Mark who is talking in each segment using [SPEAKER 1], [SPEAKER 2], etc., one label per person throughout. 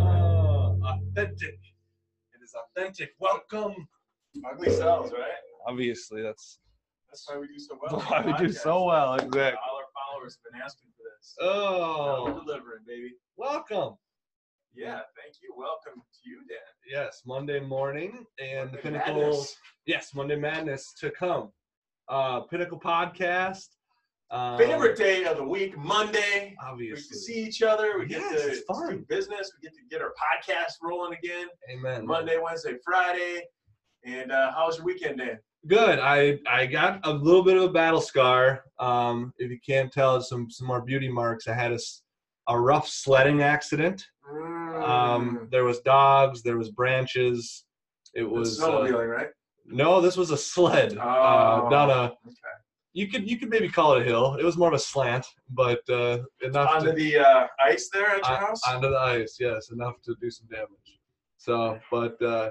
[SPEAKER 1] Oh, authentic. It is authentic. Welcome.
[SPEAKER 2] Ugly selves, right?
[SPEAKER 1] Obviously, that's
[SPEAKER 2] That's why we do so well. on
[SPEAKER 1] why we do
[SPEAKER 2] podcasts.
[SPEAKER 1] so well.
[SPEAKER 2] All our
[SPEAKER 1] Exactly.
[SPEAKER 2] followers have been asking for this. Now we're
[SPEAKER 1] Oh,
[SPEAKER 2] delivering, baby.
[SPEAKER 1] welcome.
[SPEAKER 2] Yeah, thank you. Welcome to you, Dan.
[SPEAKER 1] Yes, Monday morning and the
[SPEAKER 2] Monday
[SPEAKER 1] Pinnacle.
[SPEAKER 2] Madness.
[SPEAKER 1] Yes, Monday Madness to come. Uh, Pinnacle Podcast. Um,
[SPEAKER 2] Favorite day of the week, Monday. We get to
[SPEAKER 1] Obviously.
[SPEAKER 2] see each other. We
[SPEAKER 1] Yes,
[SPEAKER 2] get
[SPEAKER 1] it's
[SPEAKER 2] to
[SPEAKER 1] fun.
[SPEAKER 2] do business. We get to get our podcast rolling again.
[SPEAKER 1] Amen.
[SPEAKER 2] Monday, Wednesday, Friday. And uh, how was your weekend, Dan?
[SPEAKER 1] Good. I I got a little bit of a battle scar. Um, if you can't tell, some some more beauty marks. I had a, s- a rough sledding accident. Um,
[SPEAKER 2] Mm.
[SPEAKER 1] there was dogs. There was branches. It was uh,
[SPEAKER 2] snowmobiling, right?
[SPEAKER 1] no. This was a sled, uh,
[SPEAKER 2] Oh,
[SPEAKER 1] not a.
[SPEAKER 2] okay.
[SPEAKER 1] You could you could maybe call it a hill. It was more of a slant, but uh, enough
[SPEAKER 2] Onto
[SPEAKER 1] to,
[SPEAKER 2] the uh, ice there at your
[SPEAKER 1] on-
[SPEAKER 2] house.
[SPEAKER 1] onto the ice. Yes, enough to do some damage. So, but uh,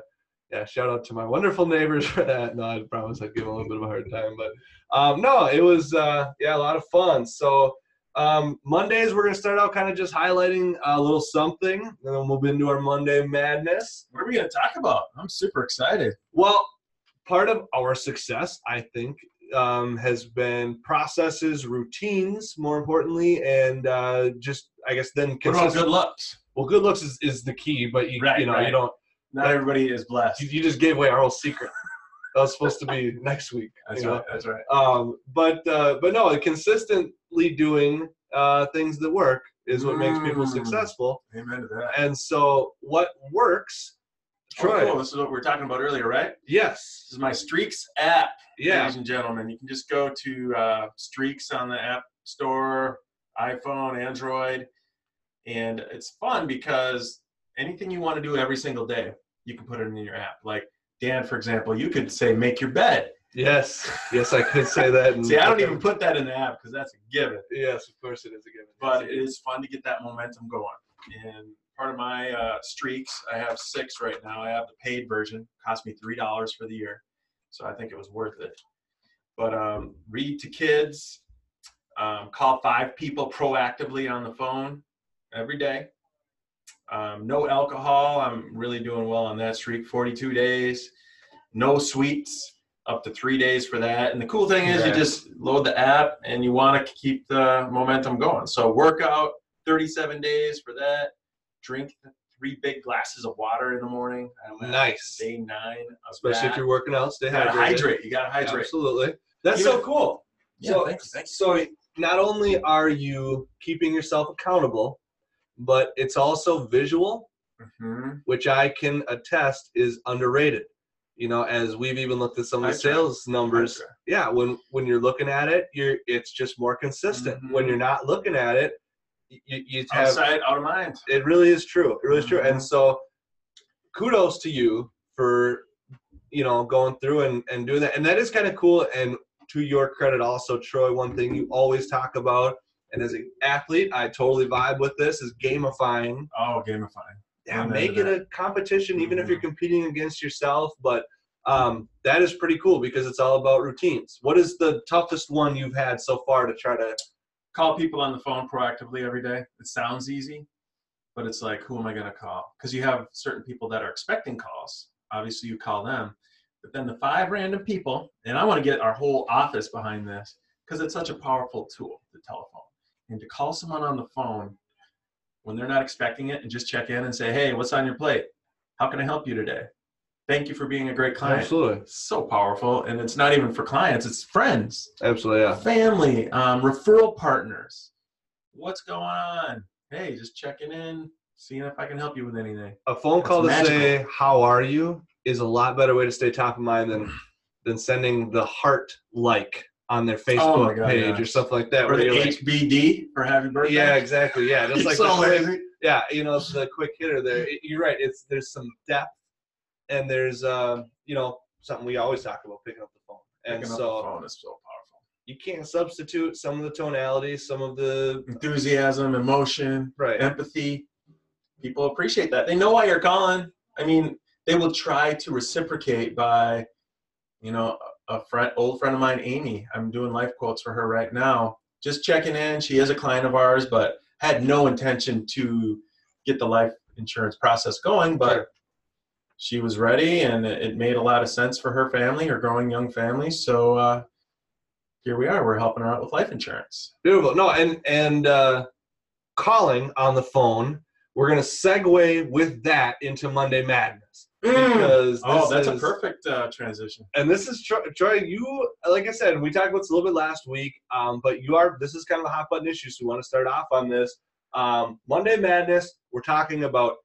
[SPEAKER 1] yeah, shout out to my wonderful neighbors for that. No, I promise I'd give them a little bit of a hard time, but um, no, it was uh, yeah a lot of fun. So um, Mondays we're gonna start out kind of just highlighting a little something, and then we'll move into our Monday madness.
[SPEAKER 2] what are we going to talk about? I'm super excited.
[SPEAKER 1] Well, part of our success, I think, um, has been processes, routines, more importantly, and uh, just I guess then consistent.
[SPEAKER 2] looks?
[SPEAKER 1] Well, good looks is, is the key, but you
[SPEAKER 2] Right,
[SPEAKER 1] you know
[SPEAKER 2] right.
[SPEAKER 1] you don't
[SPEAKER 2] Not everybody is blessed.
[SPEAKER 1] you, you just gave away our whole secret. that was supposed to be next week.
[SPEAKER 2] That's
[SPEAKER 1] you know?
[SPEAKER 2] right. That's right.
[SPEAKER 1] Um, but uh, but no, consistently doing uh, things that work is what makes people
[SPEAKER 2] Mm.
[SPEAKER 1] successful.
[SPEAKER 2] Amen to that.
[SPEAKER 1] And so, what works? Try.
[SPEAKER 2] Oh,
[SPEAKER 1] it.
[SPEAKER 2] cool. This is what we were talking about earlier, right? This
[SPEAKER 1] Yes.
[SPEAKER 2] is my Streaks app,
[SPEAKER 1] Yeah.
[SPEAKER 2] ladies and gentlemen. You can just go to uh, Streaks on the App Store, iPhone, Android, and it's fun because anything you want to do every single day, you can put it in your app. Like Dan, for example, you could say make your bed.
[SPEAKER 1] Yes. Yes, I could say that. and-
[SPEAKER 2] See, I don't even put that in the app because that's a given.
[SPEAKER 1] Yes, of course it is a given.
[SPEAKER 2] but it is fun to get that momentum going. And part of my uh, streaks, I have six right now. I have the paid version, cost me three dollars for the year, so I think it was worth it. But um, read to kids, um, call five people proactively on the phone every day. Um, no alcohol. I'm really doing well on that streak. 42 days. No sweets. Up to three days for that. And the cool thing is, you
[SPEAKER 1] Congrats.
[SPEAKER 2] just load the app and you want to keep the momentum going. So workout, 37 days for that. Drink three big glasses of water in the morning. I went
[SPEAKER 1] nice,
[SPEAKER 2] Day nine. of
[SPEAKER 1] especially
[SPEAKER 2] that.
[SPEAKER 1] if you're working out. Stay
[SPEAKER 2] You gotta
[SPEAKER 1] hydrated.
[SPEAKER 2] hydrate. You gotta hydrate.
[SPEAKER 1] Absolutely. That's
[SPEAKER 2] Even-
[SPEAKER 1] so cool.
[SPEAKER 2] Yeah,
[SPEAKER 1] so,
[SPEAKER 2] thank you, thank you.
[SPEAKER 1] so not only are you keeping yourself accountable, but it's also visual,
[SPEAKER 2] Mhm.
[SPEAKER 1] which I can attest is underrated. You know, as we've even looked at some of the
[SPEAKER 2] I try.
[SPEAKER 1] sales numbers.
[SPEAKER 2] Hydrate.
[SPEAKER 1] Yeah, when when you're looking at it, you're it's just more consistent. When
[SPEAKER 2] Mhm.
[SPEAKER 1] you're not looking at it, you, you have
[SPEAKER 2] Outside, out of mind.
[SPEAKER 1] it really is true. It really is true. And
[SPEAKER 2] Mhm.
[SPEAKER 1] so, kudos to you for you know going through and and doing that. And that is kind of cool. And to your credit, also Troy, one thing you always talk about, and as an athlete, I totally vibe with this is gamifying.
[SPEAKER 2] Oh, gamifying.
[SPEAKER 1] Yeah,
[SPEAKER 2] Amen to
[SPEAKER 1] make it a competition, even if you're
[SPEAKER 2] Mhm.
[SPEAKER 1] competing against yourself. But um, that is pretty cool because it's all about routines. What is the toughest one you've had so far to try to?
[SPEAKER 2] Call people on the phone proactively every day. It sounds easy, but it's like, who am I gonna call? Because you have certain people that are expecting calls. Obviously, you call them, but then the five random people, and I want to get our whole office behind this because it's such a powerful tool, the telephone, and to call someone on the phone when they're not expecting it and just check in and say, hey, what's on your plate? How can I help you today? Thank you for being a great client.
[SPEAKER 1] Absolutely,
[SPEAKER 2] so powerful and it's not even for clients it's friends
[SPEAKER 1] absolutely, yeah.
[SPEAKER 2] family um, referral partners what's going on hey just checking in seeing if i can help you with anything
[SPEAKER 1] a phone
[SPEAKER 2] That's
[SPEAKER 1] call to
[SPEAKER 2] magical.
[SPEAKER 1] say how are you is a lot better way to stay top of mind than than sending the heart like on their Facebook
[SPEAKER 2] Oh God,
[SPEAKER 1] page
[SPEAKER 2] yeah.
[SPEAKER 1] or something like that.
[SPEAKER 2] or
[SPEAKER 1] Where
[SPEAKER 2] the
[SPEAKER 1] you're like,
[SPEAKER 2] hbd for happy birthday
[SPEAKER 1] yeah, exactly, yeah, just
[SPEAKER 2] It's
[SPEAKER 1] like
[SPEAKER 2] so
[SPEAKER 1] the quick-
[SPEAKER 2] lazy.
[SPEAKER 1] yeah, you know, it's the quick hitter there. It- You're right. It's there's some depth and there's uh, you know something we always talk about picking up the phone. And
[SPEAKER 2] Picking up
[SPEAKER 1] so
[SPEAKER 2] the phone is so powerful
[SPEAKER 1] you can't substitute some of the tonality, some of the
[SPEAKER 2] enthusiasm emotion
[SPEAKER 1] right.
[SPEAKER 2] empathy people appreciate that they know why you're calling i mean they will try to reciprocate by you know a friend old friend of mine amy i'm doing life quotes for her right now just checking in she is a client of ours but had no intention to get the life insurance process going but
[SPEAKER 1] Sure.
[SPEAKER 2] she was ready, and it, it made a lot of sense for her family, her growing young family. So uh, here we are. We're helping her out with life insurance.
[SPEAKER 1] Beautiful. No, and and uh, calling on the phone. We're gonna segue with that into Monday Madness because
[SPEAKER 2] Oh,
[SPEAKER 1] Mm. this
[SPEAKER 2] that's a
[SPEAKER 1] is-
[SPEAKER 2] perfect uh, transition.
[SPEAKER 1] and this is Troy, Troy. You, like I said, we talked about this a little bit last week, um, but you are this is kind of a hot button issue, so we want to start off on this um, Monday Madness. We're talking about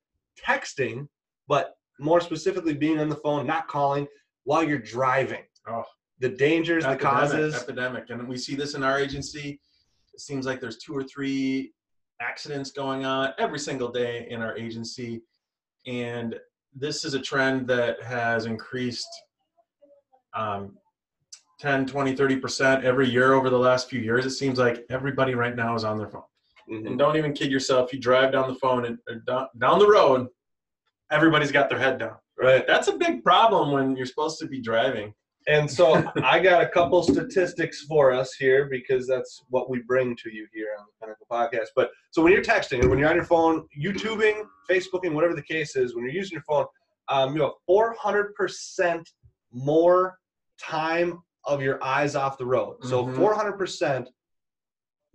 [SPEAKER 1] texting, but more specifically, being on the phone, not calling while you're driving.
[SPEAKER 2] Oh.
[SPEAKER 1] The dangers, the
[SPEAKER 2] epidemic,
[SPEAKER 1] causes.
[SPEAKER 2] epidemic and we see this in our agency it seems like there's two or three accidents going on every single day in our agency and this is a trend that has increased um, 10 20 30% every year over the last few years it seems like everybody right now is on their phone
[SPEAKER 1] Mhm.
[SPEAKER 2] and don't even kid yourself you drive down the phone and or down, down the road everybody's got their head down
[SPEAKER 1] Right.
[SPEAKER 2] that's a big problem when you're supposed to be driving
[SPEAKER 1] And so I got a couple statistics for us here because that's what we bring to you here on the Pinnacle Podcast. But so when you're texting, when you're on your phone, YouTubing, Facebooking, whatever the case is, when you're using your phone, um, you have 400% more time of your eyes off the road. So
[SPEAKER 2] Mhm.
[SPEAKER 1] 400%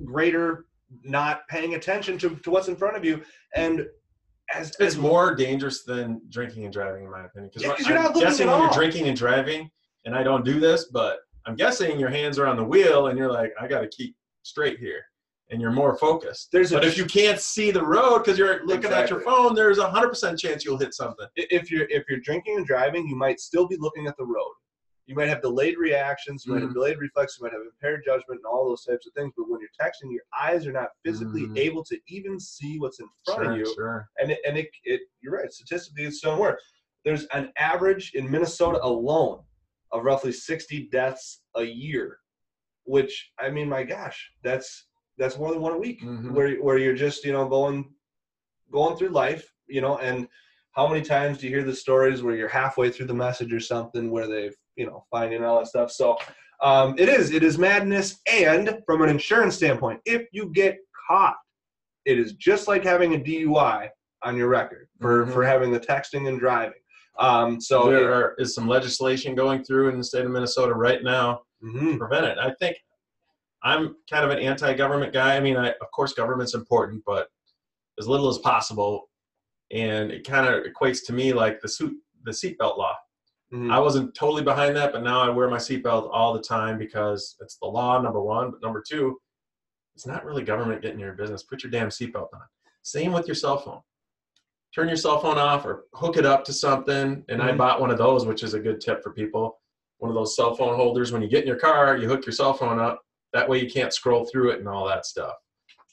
[SPEAKER 1] greater not paying attention to, to what's in front of you. And as,
[SPEAKER 2] It's
[SPEAKER 1] as
[SPEAKER 2] more dangerous than drinking and driving, in my opinion.
[SPEAKER 1] Yeah, 'cause
[SPEAKER 2] I'm
[SPEAKER 1] you're not looking
[SPEAKER 2] guessing
[SPEAKER 1] at
[SPEAKER 2] when
[SPEAKER 1] all.
[SPEAKER 2] you're drinking and driving, and I don't do this, but I'm guessing your hands are on the wheel, and you're like, I got to keep straight here, and you're more focused.
[SPEAKER 1] there's
[SPEAKER 2] But
[SPEAKER 1] a
[SPEAKER 2] if you can't see the road because you're looking at your
[SPEAKER 1] Exactly.
[SPEAKER 2] phone, there's a hundred percent chance you'll hit something.
[SPEAKER 1] i- if you're if you're drinking and driving, you might still be looking at the road. You might have delayed reactions, you might have
[SPEAKER 2] Mhm.
[SPEAKER 1] delayed reflex, you might have impaired judgment, and all those types of things. But when you're texting, your eyes are not physically
[SPEAKER 2] Mhm.
[SPEAKER 1] able to even see what's in front of you
[SPEAKER 2] sure.
[SPEAKER 1] and it, and it, it you're right statistically it's don't work there's an average in minnesota alone of roughly 60 deaths a year which i mean my gosh that's that's more than one a week
[SPEAKER 2] Mhm.
[SPEAKER 1] where, where you're just you know going going through life you know and how many times do you hear the stories where you're halfway through the message or something where they've you know finding all that stuff so um, it is it is madness and from an insurance standpoint if you get caught it is just like having a dui on your record for,
[SPEAKER 2] Mhm.
[SPEAKER 1] for having the texting and driving. Um, so
[SPEAKER 2] there are, is some legislation going through in the state of Minnesota right now
[SPEAKER 1] Mhm.
[SPEAKER 2] to prevent it. I think I'm kind of an anti-government guy. I mean, I, of course, government's important, but as little as possible. And it kind of equates to me like the suit, the seatbelt law.
[SPEAKER 1] Mhm.
[SPEAKER 2] I wasn't totally behind that, but now I wear my seatbelt all the time because it's the law. Number one, but number two, it's not really government getting your business. Put your damn seatbelt on. Same with your cell phone. Turn your cell phone off or hook it up to something. And I
[SPEAKER 1] Mhm.
[SPEAKER 2] bought one of those, which is a good tip for people. One of those cell phone holders. When you get in your car, you hook your cell phone up. That way you can't scroll through it and all that stuff.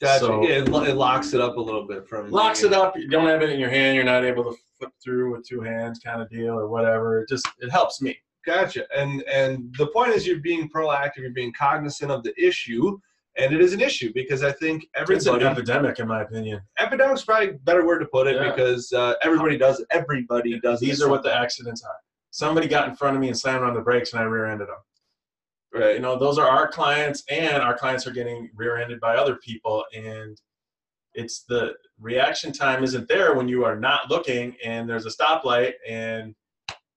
[SPEAKER 1] Gotcha.
[SPEAKER 2] so-
[SPEAKER 1] yeah, it, lo- it locks it up a little bit from
[SPEAKER 2] Locks it up. You don't have it in your hand. You're not able to flip through with two hands, kind of deal or whatever. It just it helps me.
[SPEAKER 1] Gotcha. And and the point is you're being proactive, you're being cognizant of the issue, and it is an issue because I think
[SPEAKER 2] It's an
[SPEAKER 1] everybody
[SPEAKER 2] epidemic, in my opinion.
[SPEAKER 1] epidemic's probably a better word to put it
[SPEAKER 2] Yeah.
[SPEAKER 1] because uh, everybody does it. everybody does
[SPEAKER 2] These
[SPEAKER 1] it.
[SPEAKER 2] are what the accidents are. Somebody got in front of me and slammed on the brakes, and I rear-ended them. You
[SPEAKER 1] right.
[SPEAKER 2] know, those are our clients, and our clients are getting rear-ended by other people, and it's the reaction time isn't there when you are not looking, and there's a stoplight, and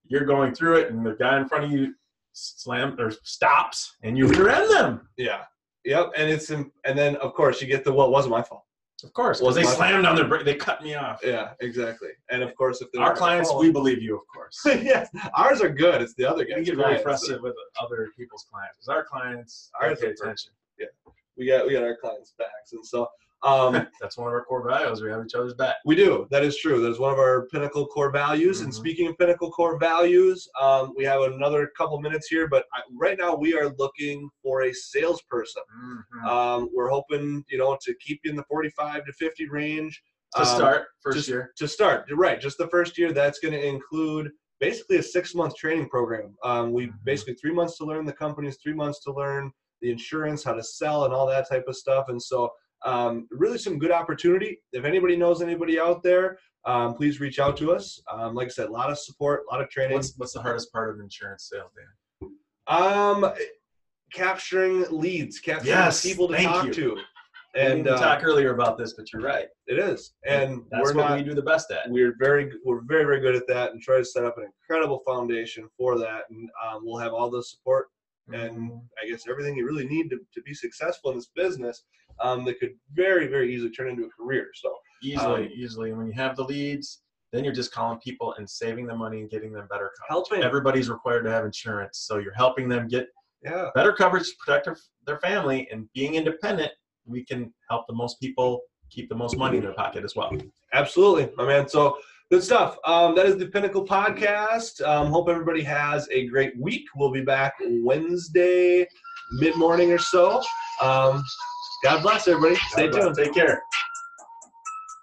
[SPEAKER 2] you're going through it, and the guy in front of you slammed or stops, and you rear-end them.
[SPEAKER 1] Yeah. Yep. And it's in, and then of course you get the well it wasn't my fault.
[SPEAKER 2] Of course,
[SPEAKER 1] Well,
[SPEAKER 2] because they
[SPEAKER 1] my-
[SPEAKER 2] slammed on their brake. They cut me off.
[SPEAKER 1] Yeah, exactly. And of course if they're
[SPEAKER 2] Our clients, we believe you, of course.
[SPEAKER 1] yes, ours are good. It's the other guys.
[SPEAKER 2] We get very
[SPEAKER 1] clients.
[SPEAKER 2] frustrated with other people's clients because our clients
[SPEAKER 1] Ours
[SPEAKER 2] are
[SPEAKER 1] are
[SPEAKER 2] pay
[SPEAKER 1] perfect.
[SPEAKER 2] attention.
[SPEAKER 1] We got we got our clients' backs, and so um,
[SPEAKER 2] That's one of our core values. We have each other's back.
[SPEAKER 1] we do. That is true. That is one of our pinnacle core values. And
[SPEAKER 2] Mhm.
[SPEAKER 1] speaking of pinnacle core values, um, we have another couple minutes here, but I, right now we are looking for a salesperson. Um, we're hoping you know to keep you in the forty-five to fifty range
[SPEAKER 2] to
[SPEAKER 1] um,
[SPEAKER 2] start first
[SPEAKER 1] just-
[SPEAKER 2] year.
[SPEAKER 1] to start you're right just the first year that's going to include basically a six month training program um, we
[SPEAKER 2] Mhm.
[SPEAKER 1] basically three months to learn the companies three months to learn the insurance how to sell and all that type of stuff and so um, really some good opportunity if anybody knows anybody out there um, please reach out to us um, like i said a lot of support a lot of training
[SPEAKER 2] What's what's the hardest part of insurance sales, Dan?
[SPEAKER 1] um, capturing leads capturing
[SPEAKER 2] Yes,
[SPEAKER 1] people to
[SPEAKER 2] thank
[SPEAKER 1] talk
[SPEAKER 2] you.
[SPEAKER 1] to
[SPEAKER 2] And
[SPEAKER 1] and
[SPEAKER 2] we
[SPEAKER 1] uh,
[SPEAKER 2] talked earlier about this, but you're right.
[SPEAKER 1] it is. And
[SPEAKER 2] That's
[SPEAKER 1] we're
[SPEAKER 2] what
[SPEAKER 1] not
[SPEAKER 2] we do the best at.
[SPEAKER 1] we're very we're very very good at that and try to set up an incredible foundation for that and um, we'll have all the support
[SPEAKER 2] Mm-hmm.
[SPEAKER 1] and i guess everything you really need to, to be successful in this business um, that could very very easily turn into a career so
[SPEAKER 2] easily,
[SPEAKER 1] um,
[SPEAKER 2] easily. When you have the leads, then you're just calling people and saving them money and getting them better coverage.
[SPEAKER 1] helping
[SPEAKER 2] Everybody's required to have insurance, so you're helping them get
[SPEAKER 1] yeah
[SPEAKER 2] better coverage, protect their, their family, and being independent. We can help the most people keep the most money in their pocket as well.
[SPEAKER 1] absolutely my man so good stuff um, that is the pinnacle podcast um, hope everybody has a great week we'll be back wednesday mid-morning or so um, god bless everybody stay
[SPEAKER 2] God bless.
[SPEAKER 1] tuned
[SPEAKER 2] Take care.